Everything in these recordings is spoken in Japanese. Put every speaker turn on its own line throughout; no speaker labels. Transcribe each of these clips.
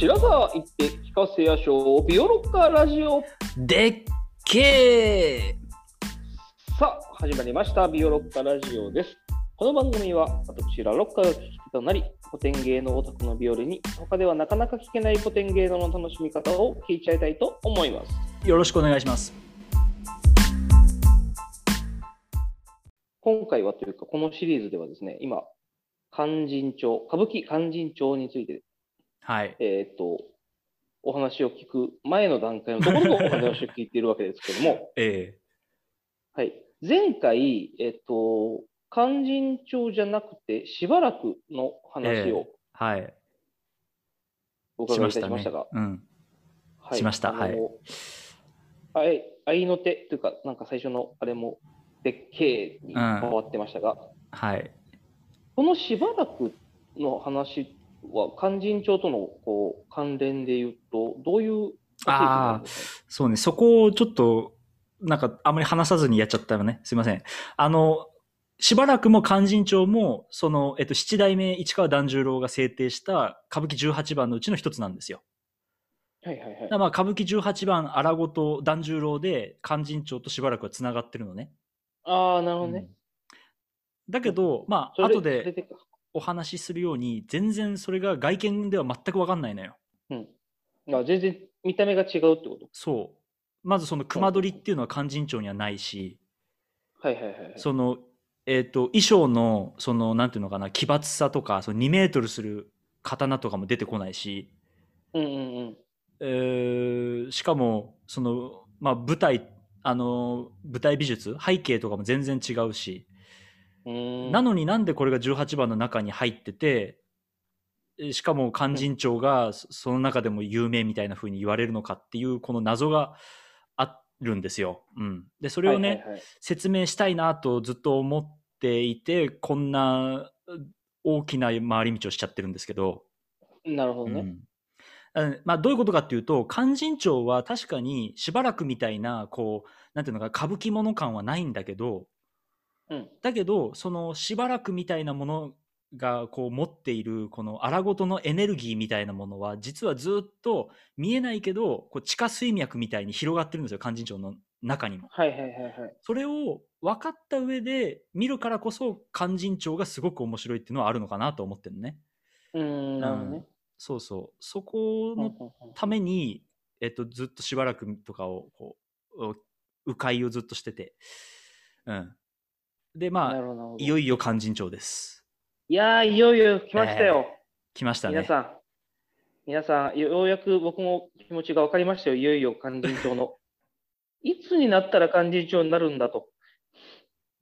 白沢行って聞かせやしょうビオロッカラジオ
でっけ
さあ始まりましたビオロッカラジオですこの番組は私らロッカが聞き手となり古典芸能オタクのビオルに他ではなかなか聞けない古典芸能の楽しみ方を聞いちゃいたいと思います
ーよろしくお願いします。
今回はというかこのシリーズではですね今勧進帳歌舞伎勧進帳について
はい。
えーっとお話を聞く前の段階のところのお話を聞いているわけですけども
え
はい、前回、えっと、勧進帳じゃなくて、しばらくの話を
ー、はい。
お伺
し
い
ま
い
したた
し
ね。
ましたが、
うん。しました
あのはい。合いの手というか、なんか最初のあれも、でっけえに変わってましたが、
はい。
このしばらくの話は、勧進帳とのこう関連で言うと、どういう
ああ
ー、
そうね。そこをちょっと、なんかあまり話さずにやっちゃったよね。すいません。あの、しばらくも勧進帳も、その、えっと、七代目市川團十郎が制定した歌舞伎18番のうちの一つなんですよ。
はいはいはい
だから。まあ歌舞伎18番、荒ごと團十郎で勧進帳としばらくはつながってるのね。
ああ、なるほど
う
ね
ん。だけど、まあ、
それ
後
それ
で
でか
お話しするように、全然それが外見では全く分かんないのよ。
あ全然見た目が違うってこと
そう。まずその熊取っていうのは勧進帳にはないし、
はいはいはいはい。
その、えっ、と、衣装の、その、なんていうのかな、奇抜さとか、その2メートルする刀とかも出てこないし、
うんうんうん。
えーしかも、その、まあ、舞台、あの、舞台美術、背景とかも全然違うし、
な
なのになんでこれが18番の中に入ってて、えしかも勧進帳がそその中でも有名みたいな風に言われるのかっていうこの謎があるんですよ。うん、でそ
そ
れをね、説明したいなとずっと思っていてこんなうん大きな回り道をしちゃってるんですけど。
なるほど
う
ね。
んあまあ、どういうことかっていうと勧進帳は確かにしばらくみたいなこうなんていうのか歌舞伎もの感はないんだけど、
うん
だけどそのしばらくみたいなものがこう持っているこの荒ごとのエネルギーみたいなものは実はずっと見えないけどこう地下水脈みたいに広がってるんですよ勧進帳の中にも。
はいはいはいはい。
それを分かった上で見るからこそ勧進帳がすごく面白いっていうのはあるのかなと思ってるね。
うーん、なるほどね。
そうそうそ
う
こ
んう
の
んうん
ために、えっと、ずっとしばらくとかをこうお迂回をずっとしてて、うん、で
な
まあ
るほどなるほど
いよいよ勧進帳です
いやー、いよいよ来ましたよ。
来ましたね
皆さん。皆さん、ようやく僕も気持ちが分かりましたよ。いよいよ勧進帳 の。いつになったら勧進帳になるんだと。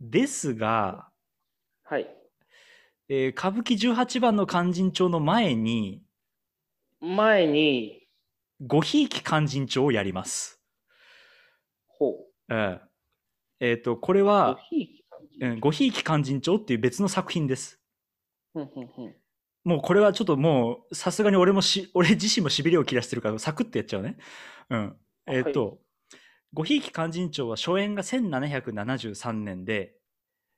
ですが、
はい。
えー歌舞伎18番の勧進帳の前に
前に、
ごひいき勧進帳をやります、
ほう。
うんえっとこれ
ご
は
ひいき勧
う
進
んごひいき勧進帳っていう別の作品です
うんうんうん
もうこれはちょっともうさすがに俺もし俺自身もしびれを切らしてるからサクッとやっちゃうねうんえっ、と、ごひいき勧進帳は初演が1773年で、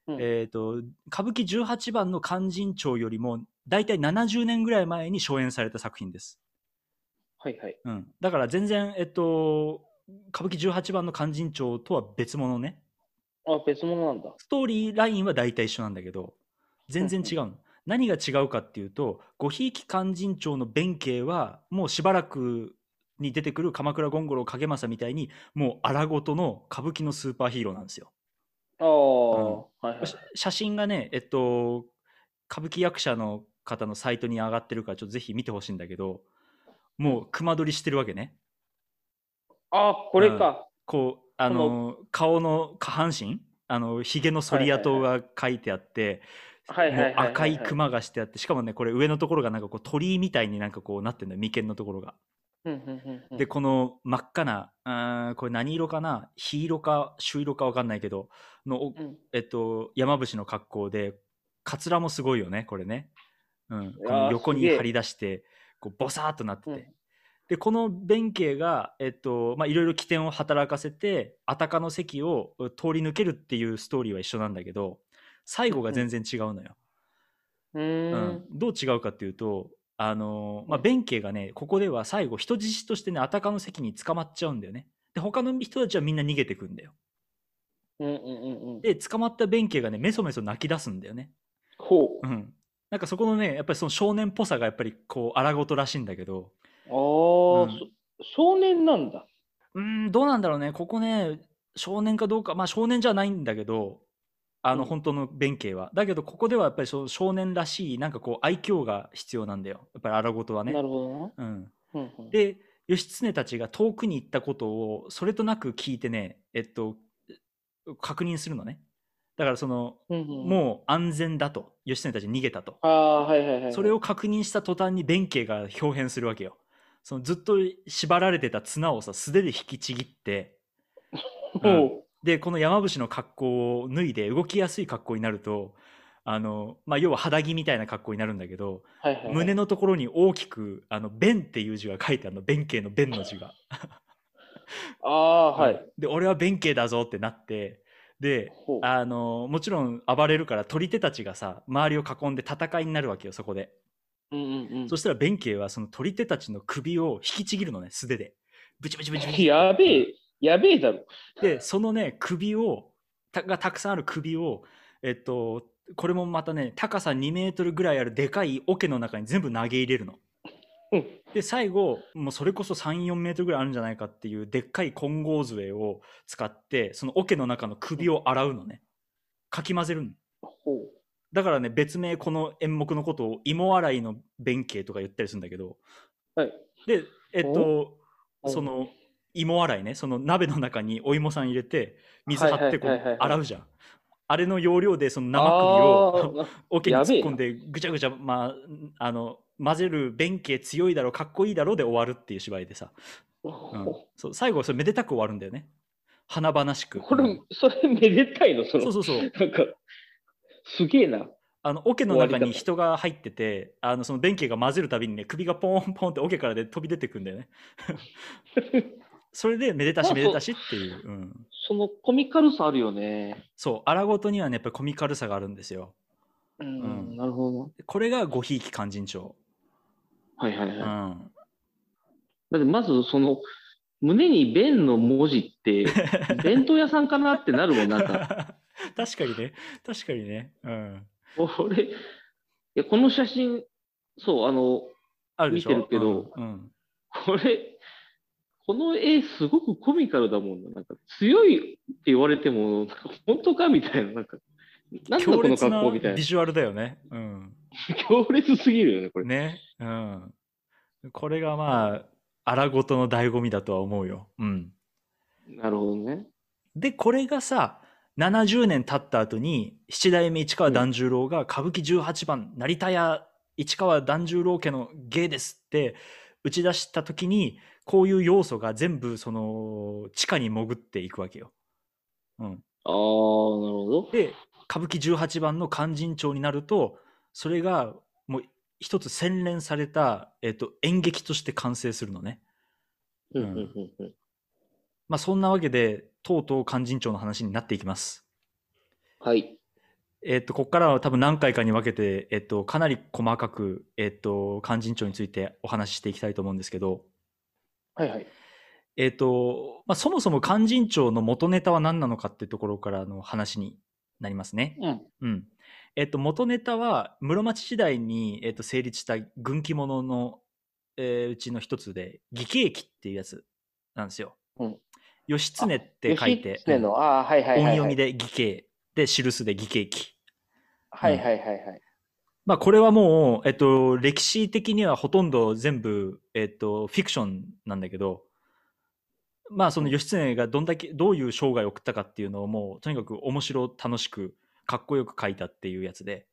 うん
えっ、と歌舞伎18番の勧進帳よりも大体70年ぐらい前に初演された作品です、
はいはい。
うん、だから全然えっと歌舞伎18番の勧進帳とは別物ね
あ、別物なんだ。
ストーリーラインは大体一緒なんだけど全然違うの、何が違うかっていうとごひいき勧進帳の弁慶はもうしばらくに出てくる鎌倉権五郎景政みたいにもう荒ごとの歌舞伎のスーパーヒーローなんですよ
ああ、はいはい。
し写真がね、えっと、歌舞伎役者の方のサイトに上がってるから、ちょっとぜひ見てほしいんだけど、もう熊取りしてるわけね。
あー、これか。
こう、あの、顔の下半身、あの、ひげの剃り跡が書いてあって、
はいはいはいはいはい
もう赤い熊がしてあって、しかもね、これ上のところがなんかこう鳥居みたいになんかこうなってるんだよ、眉間のところが。
うんうんうんうん
で、この真っ赤な、うーんこれ何色かな黄色か朱色かわかんないけど、のお
うん
えっと、山伏の格好で、カツラもすごいよね、これね。うん、こ
やー
の横
す
に
げえ
張り出して、こうボサーっとなってて。
うん
で、この弁慶が、えっと、まあ、いろいろ起点を働かせて、あたかの席をう通り抜けるっていうストーリーは一緒なんだけど、最後が全然違うのよ。
う
う
ー
ん
ん。
どう違うかっていうと、あのまあ、弁慶がねここでは最後人質としてねあたかの席に捕まっちゃうんだよねで他の人たちはみんな逃げてくんだよ
うんうんうんうん。
で捕まった弁慶がねメソメソ泣き出すんだよね
ほ
うんなんかそこのねやっぱりその少年っぽさがやっぱりこう荒ごとらしいんだけど
う。ああ、
うん
そ少年なんだ。
うーんどうなんだろうねここね少年かどうかまあ少年じゃないんだけどあの
うん
本当の弁慶は、だけどここではやっぱりそう少年らしいなんかこう愛嬌が必要なんだよやっぱり荒ごとはね
なるほどな。
うん、
うんうん、
で義経たちが遠くに行ったことをそれとなく聞いてねえっと確認するのねだからその、
うんうん、う。
もう安全だと義経たち逃げたと、
ああ、はいはいはいはい。
それを確認した途端に弁慶が豹変するわけよそのずっと縛られてた綱をさ素手で引きちぎって
ほう
うんでこの山伏の格好を脱いで動きやすい格好になるとあの、まあ、要は肌着みたいな格好になるんだけど
はいはいはい、
胸のところに大きく「あの弁」っていう字が書いてあるの弁慶の弁の字が。
ああ、はい。
で俺は弁慶だぞってなってで
ほう
あのもちろん暴れるから取り手たちがさ周りを囲んで戦いになるわけよそこで、
うんうん
そしたら弁慶はその取り手たちの首を引きちぎるのね素手でブチブチブチブ
うん、
チ
やべえ、やべえだろ。
でそのね首をたがたくさんある首をえっとこれもまたね高さ2メートルぐらいあるでかい桶の中に全部投げ入れるの
うん。
で最後もうそれこそ34メートルぐらいあるんじゃないかっていうでっかい金剛杖を使ってその桶の中の首を洗うのねかき混ぜるの
ほう。
だからね別名この演目のことを芋洗いの弁慶とか言ったりするんだけど
はい。
でえっと
お
その芋洗いねその鍋の中にお芋さん入れて水
はいはい
張ってこ
はいはいは
う
い
洗うじゃんあれの容量でその生首を
あー
桶に
やべ
突
え
っ
な
込んでぐちゃぐちゃ、まあ、あの混ぜる弁慶強いだろかっこいいだろで終わるっていう芝居でさ、うん
ほ
そう最後それめでたく終わるんだよね華々しく
うこ
う
れ
ん、
それめでたいの、その。
そうそうそう
なんか、すげえな。
あの桶の中
終わり
に
方
人が入っててあのその弁慶が混ぜるたびにね首がポンポンって桶からで飛び出てくんだ よねそれでめでた
ま
し
あ
めでたしっていう、うん、
そのコミカルさあるよね。
そう荒ごとにはねやっぱりコミカルさがあるんですよ
うん、
うん
なるほどな。
これがごひいき勧進帳、
はいはいはい。
うん
だってまずその、胸に弁の文字 って、弁当屋さんかなってなるもん、なんか。
確かにね確かにねうん
俺、いやこの写真、そう、あの、
あるでし
見
ょ
てるけど
うんうん
これ、この絵すごくコミカルだもんな。なんか強いって言われても、なんか本当かみたいな、なんか、なんだ
強
この
烈
格
な
好みたいな
ビ。ジュアルだよねうん
強烈すぎるよね、これ。
ねうんこれがまあ荒ごとの醍醐味だとは思うようん
なるほどね。
でこれがさ70年経った後に七代目市川團十郎が歌舞伎18番「成田屋市川團十郎家の芸です」って打ち出した時にこういう要素が全部その地下に潜っていくわけよ。うん、
ああ、なるほど。
で歌舞伎18番の勧進帳になるとそれがもう一つ洗練された、えっと演劇として完成するのね。
うんうんうんうん
まあ、そんなわけでとうとう勧進帳の話になっていきます。
はい。
えっと、ここからは多分何回かに分けて、えっと、かなり細かく、えっと、勧進帳についてお話ししていきたいと思うんですけど、
はいはい。
えっと、まあ、そもそも勧進帳の元ネタは何なのかっていうところからの話になりますね。
うん。
うん。えっと、元ネタは室町時代に、えっと、成立した軍記物の、えーうちの一つで、義経記っていうやつなんですよ。
うん
義経って書いて、
義経の、ああ、はいはいはい、
音
はい。
読みで義経、で、記すで義経記。
はいはいはいはい。
まあ、これはもう、えっと、歴史的にはほとんど全部、えっと、フィクションなんだけど、まあ、その義経がどんだけ、どういう生涯を送ったかっていうのをもう、とにかく面白、楽しく、かっこよく書いたっていうやつで、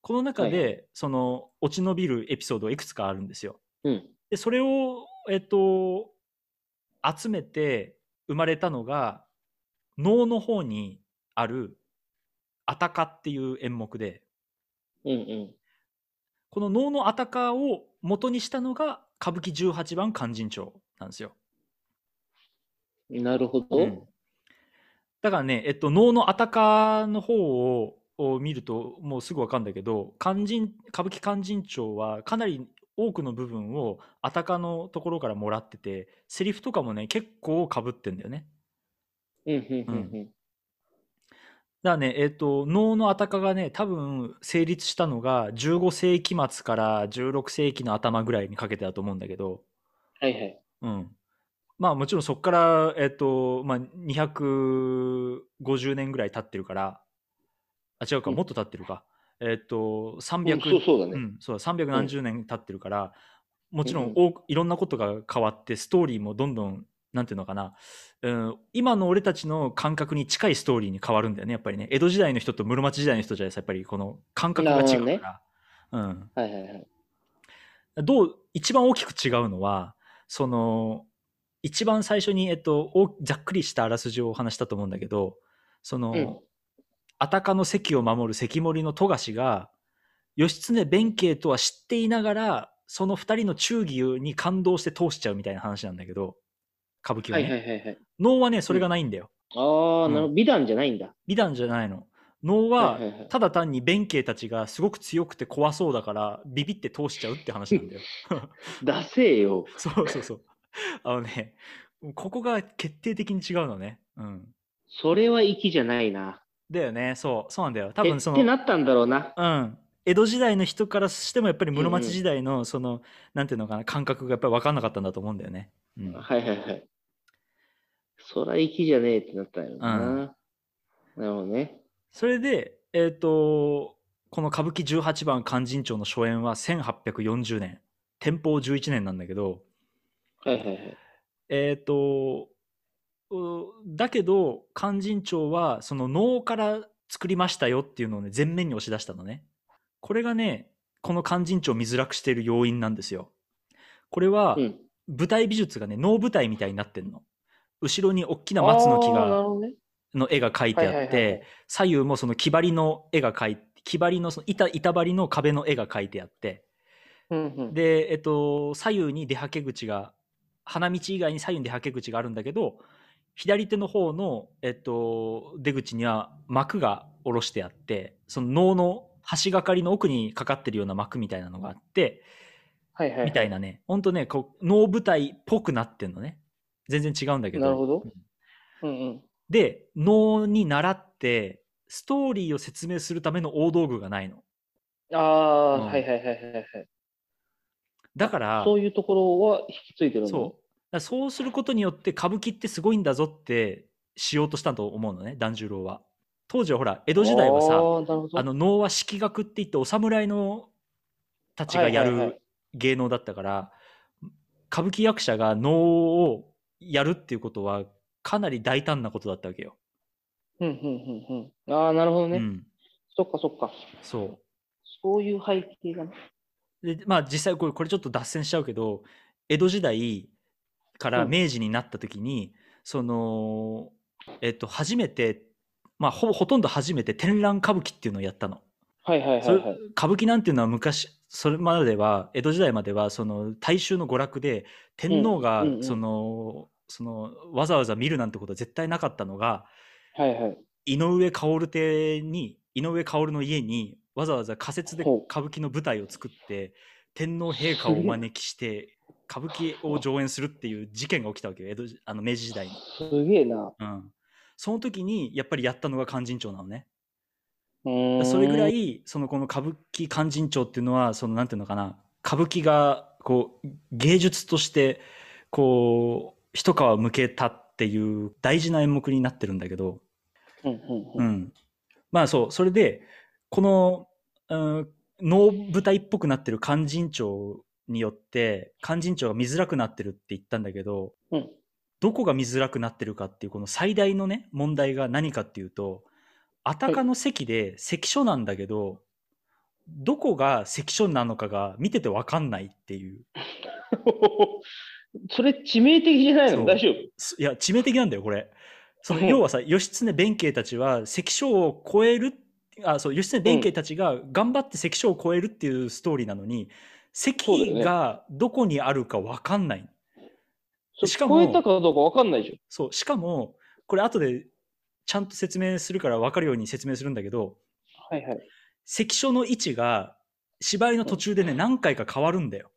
この中
はいは
で、その、落ち延びるエピソードがいくつかあるんですよ。
うん。
で、それを、えっと、集めて生まれたのが、能の方にある、あたかっていう演目で、
うんうん。
この能のあたかを元にしたのが歌舞伎18番勧進帳なんですよ。
なるほど。
うんだからね、えっと、能のあたかの方をを見るともうすぐわかるんだけど勧進歌舞伎勧進帳はかなり多くの部分をアタカのところからもらっててセリフとかもね結構かぶってんだよね
うんうんうん
だからねえっ、と能のアタカがね多分成立したのが15世紀末から16世紀の頭ぐらいにかけてだと思うんだけど、
はいはい。
うん、まあもちろんそこから、えっとまあ、250年ぐらい経ってるからあ違うか
うん
もっと経ってるか、えっと
う
300、
んそうそうだ
う
ね。
ん、そうだ300何十年経ってるから、もちろ
うんん
多くいろんなことが変わってストーリーもどんどんなんていうのかな、うん、今の俺たちの感覚に近いストーリーに変わるんだよねやっぱりね江戸時代の人と室町時代の人じゃやっぱりこの感覚が違
なる
う
ほ
から、うん、
はいはいはい。
どう一番大きく違うのはその一番最初に、えっと、おざっくりしたあらすじをお話したと思うんだけどその、
うん
アタカの関を守る関守の富樫が義経弁慶とは知っていながらその二人の忠義に感動して通しちゃうみたいな話なんだけど歌舞伎は
は
ね、
いはいはいはい。
能はねそれがないんだよ、
ああ、
うん
なるほど。美談じゃないんだ。
美談じゃないの能は
はいはいはい
ただ単に弁慶たちがすごく強くて怖そうだからビビって通しちゃうって話なんだよ
ダセーよ。
そうそうそう。あのね、ここが決定的に違うのね。うん。
それは粋じゃないな。
だよね、そう、そうなんだよ。多
え
分
っ
そ
て
の、
なったんだろうな。
うん。江戸時代の人からしてもやっぱり室
うんう
町
ん
時代のその、なんていうのかな感覚がやっぱり分かんなかったんだと思うんだよね。うん、
はいはいはい。そら粋じゃねえってなったんやろな。なるほどね。
それでえっ、とこの歌舞伎18番「勧進帳」の初演は1840年天保11年なんだけど
はいはいはい。
えっ、とうだけど勧進帳はその能から作りましたよっていうのをね前面に押し出したのねこれがねこの勧進帳を見づらくしている要因なんですよこれは
うん。
舞台美術がね能舞台みたいになってんの後ろに大きな松の木
あーなる
が
ほどね。
の絵が描いてあ
はい
っ
はいはいはい
て左右もその木張りの絵が描いて木張りのその板板張りの壁の絵が描いてあって
うんうん。
で、えっと、左右に出はけ口が花道以外に左右に出はけ口があるんだけど左手の方の、えっと、出口には幕が下ろしてあってその能の橋がかりの奥にかかってるような幕みたいなのがあって
はいはいはい。
みたいなねほんとねこう能舞台っぽくなってんのね全然違うんだけど
なるほどうんうん。
で能に習ってストーリーを説明するための大道具がないの
ああ、
うん
はいはいはいはいはい。
だから
そういうところは引き継いでるの
そうだからそうすることによって歌舞伎ってすごいんだぞってしようとしたと思うのね團十郎は当時はほら江戸時代は
あ
さ
ーなるほど
あの能は式学って言ってお侍のたちがや
はいはいは
る
い
芸能だったから、歌舞伎役者が能をやるっていうことはかなり大胆なことだったわけよ。
うんうんうんうん。ああ、なるほどね、
うん、
そっかそっか。
そ
そういう背景がね。
うでまあ実際これこれちょっと脱線しちゃうけど江戸時代から
うん
明治になった時に、そのえっと初めてまあほぼほとんど初めて展覧歌舞伎っていうのをやったの。
はいはいはい
それ
はい。
歌舞伎なんていうのは昔それまでは江戸時代まではその大衆の娯楽で天皇が
うんうんうん
そのそのわざわざ見るなんてことは絶対なかったのが
はいはい。
井上薫邸に井上薫の家にわざわざ仮設で
ほう
歌舞伎の舞台を作って天皇陛下をお招きして歌舞伎を上演するっていう事件が起きたわけよ江戸時あの明治時代に、
すげえな。
うん、その時にやっぱりやったのが勧進帳なのね
うーん
それぐらいそのこの歌舞伎勧進帳っていうのはそのなんていうのかな歌舞伎がこう芸術としてこう一皮むけたっていう大事な演目になってるんだけど、
うんう
う
う
ん
ん。
ん、まあそうそれでこの、うん、能舞台っぽくなってる勧進帳によって勧進帳が見づらくなってるって言ったんだけど、
うん
どこが見づらくなってるかっていうこの最大のね問題が何かっていうとあたかの席で関所なんだけど、どこが関所なのかが見てて分かんないっていう
それ致命的じゃない
そ
の
う
大丈夫
すいや致命的なんだよこれその
うん
要はさ義経弁慶たちは関所を超えるあそう義経弁慶たちが頑張って関所を超えるっていうストーリーなのに
そうだ
関
よね
がどこにあるか分かんない
それ
しかも
超えたかどうかわかんないじ
そうしかもこれ後でちゃんと説明するから分かるように説明するんだけど
ゃん。はいはい。
関所の位置が芝居の途中でね何回か変わるんだよ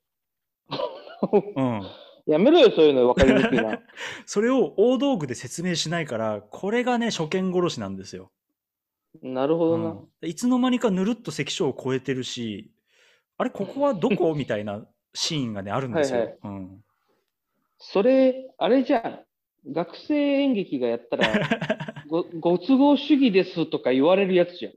うん、
やめろよ、そういうの分かりにく いな。
それを大道具で説明しないからこれがね初見殺しなんですよ、
なるほどな。
うんいつの間にかぬるっと関所を越えてるしあれここはどこみたいなシーンがねあるんですよ、
はいはい
うん、
それ、あれじゃん。学生演劇がやった ら、ごご都合主義ですとか言われるやつじゃん。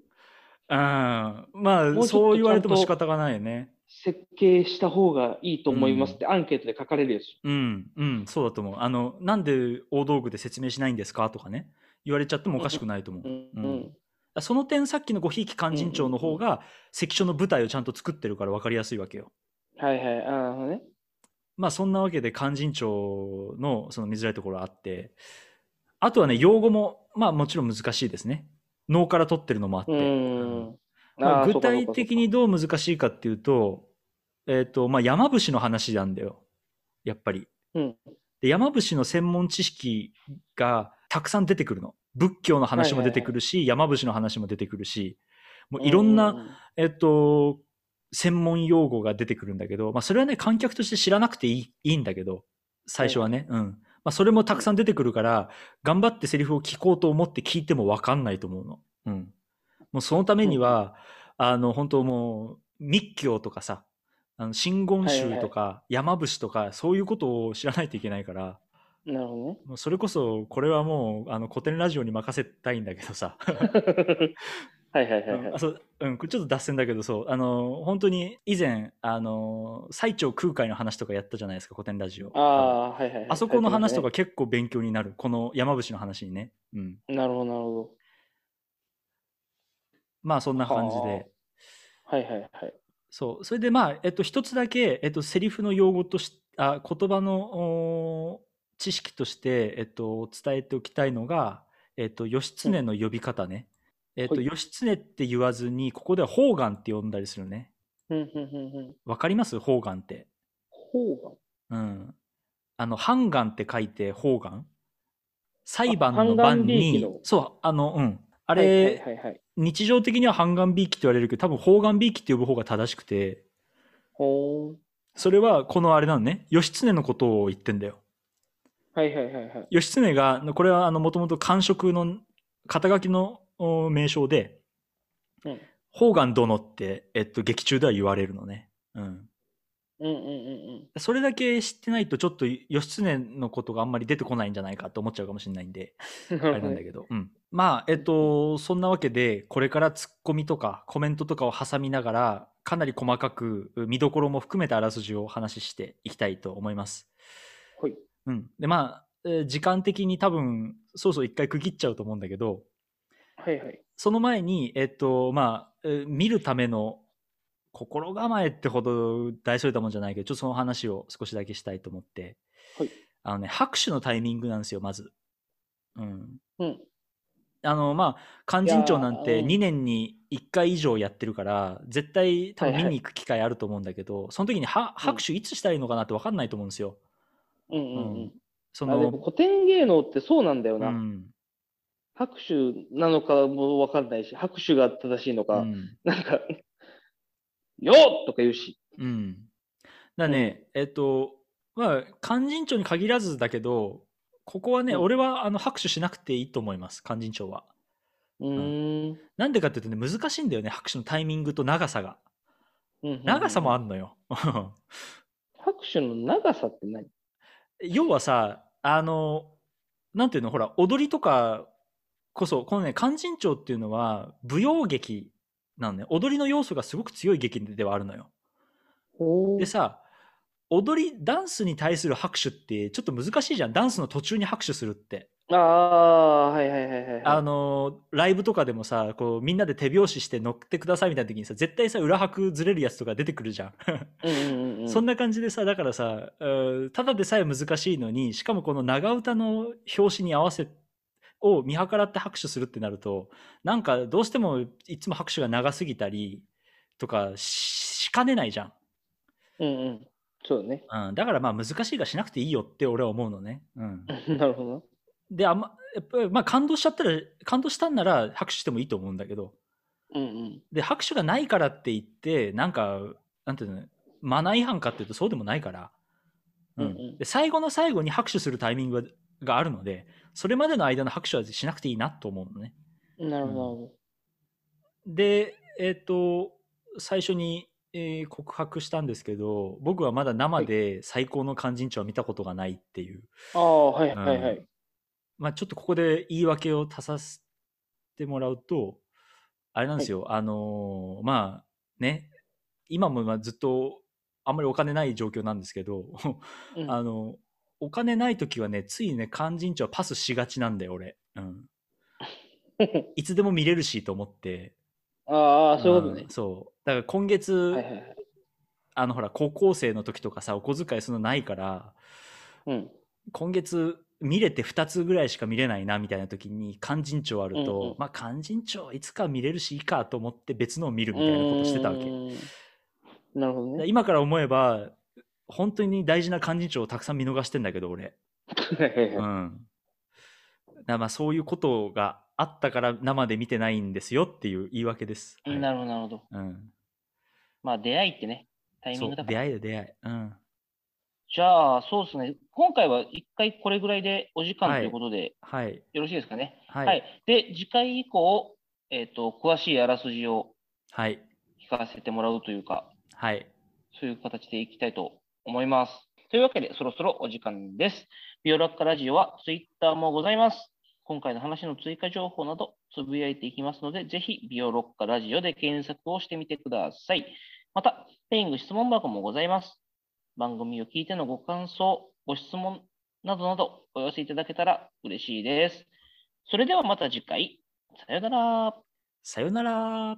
あーま
もうち
あ
ょ
そ
っと
う言われても
ちゃん
仕
と
方がないよね
設計した方がいいと思いますってアンケートで書かれるやつ。
うんうんそうだと思うあのなんで大道具で説明しないんですかとかね言われちゃってもおかしくないと思
う
う、
ん
う
うんん
その点さっきのごひいき勧進帳の方が関所の舞台をちゃんと作ってるから分かりやすいわけよ
はいはい。あーなるほどね。
まあそんなわけで勧進帳のその見づらいところあってあとはね用語もまあもちろん難しいですね脳から取ってるのもあって、
う
うん
ん。
まあ
ー
具体的。にどう難しいかっていうとえっ、とまあ山伏の話なんだよやっぱり、
うん
で山伏の専門知識がたくさん出てくるの仏教の話も出てくるし、山伏の話も出てくるしも
そうう
いろんな、
う
えっと、専門用語が出てくるんだけど、まあ、それはね、観客として知らなくていいいいんだけど、最初はね。うん。まあ、それもたくさん出てくるから、頑張ってセリフを聞こうと思って聞いても分かんないと思うの。うん。もうそのためには、あの、本当もう、密教とかさ、あの真言宗とか、山伏とか、そういうことを知らないといけないから、
なるほ
もうそれこそ、これはもう、あの、古典ラジオに任せたいんだけどさ。
どね。 はいはいはいは
うん、あ
い。
そううん、これちょっと脱線だけどそうあの本当に以前あの最長空海の話とかやったじゃないですか古典ラジオ
ああ、はいはいはい。
あそこの話とか
書い
結構勉強になるこの山伏の話にね、うん、
てますね。なるほどなるほ
まあそんな感じで
ど。はいはいはい。
そうそれでまあ、えっと、一つだけ、えっと、セリフの用語としあ言葉のおー知識として、えっと、伝えておきたいのが、えっと、義経の呼び方ね、えっと、
はい
義経って言わずにここでは方眼って呼んだりするね
うんうんうんうん。
わかります方眼って
方が。
うん。あの、判官って書いて、方官裁判の
判官
番
びいき
に
の、
そう、あの、うん。あ
あ
れ、
はいはいはいはい。
日常的には判官びいきって言われるけど、多分方眼びいきって呼ぶ方が正しくて、
ほー
それはこのあれなのね、義経のことを言ってんだよ。
はいはいはいはい。
義経が、これはあの、もともと官職の肩書きのお名称で、
うん
方眼殿って、えっと、劇中では言われるのね。うん。
うんうんうんうん。
それだけ知ってないと、ちょっと義経のことがあんまり出てこないんじゃないかと思っちゃうかもしれないんで、
あ
あれなんだけど、うん、まあえっとそんなわけでこれからツッコミとかコメントとかを挟みながらかなり細かく見どころも含めたあらすじをお話ししていきたいと思います。
ほい
うん、でまあえー時間的に多分そうそう一回区切っちゃうと思うんだけど
はいはい。
その前にえっとまあえー見るための心構えってほど大それたもんじゃないけどちょっとその話を少しだけしたいと思って、
はい
あのね拍手のタイミングなんですよまず。うん、
うん。
あのまあ勧進帳なん
いや
て
ーうん
2年に1回以上やってるから絶対多分
は
見
いはい
に行く機会あると思うんだけど、その時には拍手いつしたらいいのかなって分かんないと思うんですよ。
うんうんうん。
そ
あでも
の
古典芸能ってそうなんだよ
う
な。
ん
拍手なのかもわかんないし、拍手が正しいの
う
か、
ん
なんか、よっとか言うし。
うんだね、えっとまあ勧進帳に限らずだけどここはね、
うん
俺はあの拍手しなくていいと思います勧進帳は。
うーん。
なんでかっていうとね難しいんだよね拍手のタイミングと長さが
うんうんうん
長さもあんのよ。
拍手の長さって何
要はさあのなんていうのほら踊りとかこそこのね勧進帳っていうのは舞踊劇なのね踊りの要素がすごく強い劇ではあるのよ。
ほ
でさ踊りダンスに対する拍手ってちょっと難しいじゃんダンスの途中に拍手するって、
ああ、はいはいはいはい。
あのライブとかでもさこうみんなで手拍子して乗ってくださいみたいな時にさ絶対さ裏拍ずれるやつとか出てくるじゃん。
うんうんうん、
そん
な。
な感じでさだからさうんただでさえ難しいのにしかもこの長唄の表紙に合わせを見計らって拍手するってなるとなんかどうしてもいつも拍手が長すぎたりとかししかねないじゃ
うんうん。そうだね。
ん、うん、だからまあ難しいがしなくていいよって俺は思うのね、うん、
なるほどな。
であんまやっぱりまあ感動しちゃったら感動したんなら拍手してもいいと思うんだけど
うんうん。
で拍手がないからって言ってなんかなんていうのマナー違反かっていうとそうでもないからうん
うんうん
で最後の最後に拍手するタイミングががあるのでそれまでの間の拍手はしなくていいなと思うのね。
なるほど、なるほ
で、えっ、と、最初に、えー告白したんですけど、僕はまだ生で最高の勧進帳は見たことがないっていう、
ど。ああ、はいはいはい。
まあちょっとここで言い訳を足させてもらうと、あれなんですよ、あのーまあね、今もまあずっとあんまりお金ない状況なんですけど、
うん
あの、お金ない時はね、ついね、勧進帳はパスしがちなんだよ、俺。 うん。いつでも見れるしと思って。
ああ、そういうことね
ん。そう。だから今月、
はいはいはい。
あのほら高校生の時とかさお小遣いそんなないから
うん。
今月見れて2つぐらいしか見れないなみたいな時に勧進帳あると、
うんうん
まあ勧進帳いつか見れるしいいかと思って別のを見るみたいなことしてたわけ
うーん
だか
なるほど
ら
ね。
今から思えば本当に大事な勧進帳をたくさん見逃してんだけど俺
はいはいは
う
い
んだからまあそういうことがあったから生で見てないんですよっていう言い訳です、はい
なるほど、なるほど。
うん、
まあ、出会いってね、タイミ
そ
ン
う
グだか
出
ら。
会いだ出会いうん
じゃあ、そうですね。今回は一回これぐらいでお時間
はい
ということで、
はい
よろしいですかね。
は
はいい。で、次回以降、えっ、と、詳しいあらすじを
はい
聞かせてもらうというか、
はい
そういう形でいきたいと思います。というわけで、そろそろお時間です。ビオラッカラジオはツイッターもございます。今回の話の追加情報などつぶやいていきますので、ぜひビオロッカラジオで検索をしてみてください。また、ペイング質問箱もございます。番組を聞いてのご感想、ご質問などなどお寄せいただけたら嬉しいです。それではまた次回。さようなら。
さよなら